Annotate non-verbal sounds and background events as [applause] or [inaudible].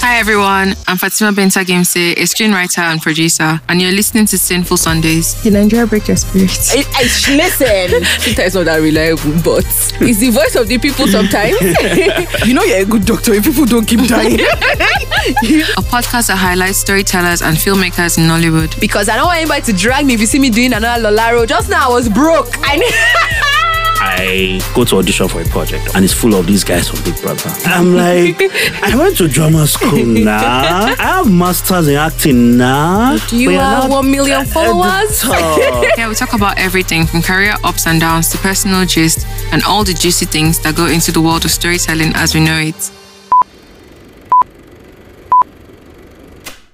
Hi everyone, I'm Fatima Benta Gimse, a screenwriter and producer, and you're listening to Sinful Sundays. Did Nigeria break your spirit? I, I, sh- listen, Twitter is not that reliable, but it's the voice of the people sometimes. [laughs] You know you're a good doctor if people don't keep dying. A podcast that highlights storytellers and filmmakers in Nollywood. [laughs] because I don't want anybody to drag me if you see me doing another Lolaro. Just now I was broke. I need. [laughs] I go to audition for a project and it's full of these guys from Big Brother. I'm like, [laughs] I went to drama school now. I have masters in acting now. Do you We're have not one million [laughs] followers? [laughs] editor. Here we talk about everything from career ups and downs to personal gist and all the juicy things that go into the world of storytelling as we know it.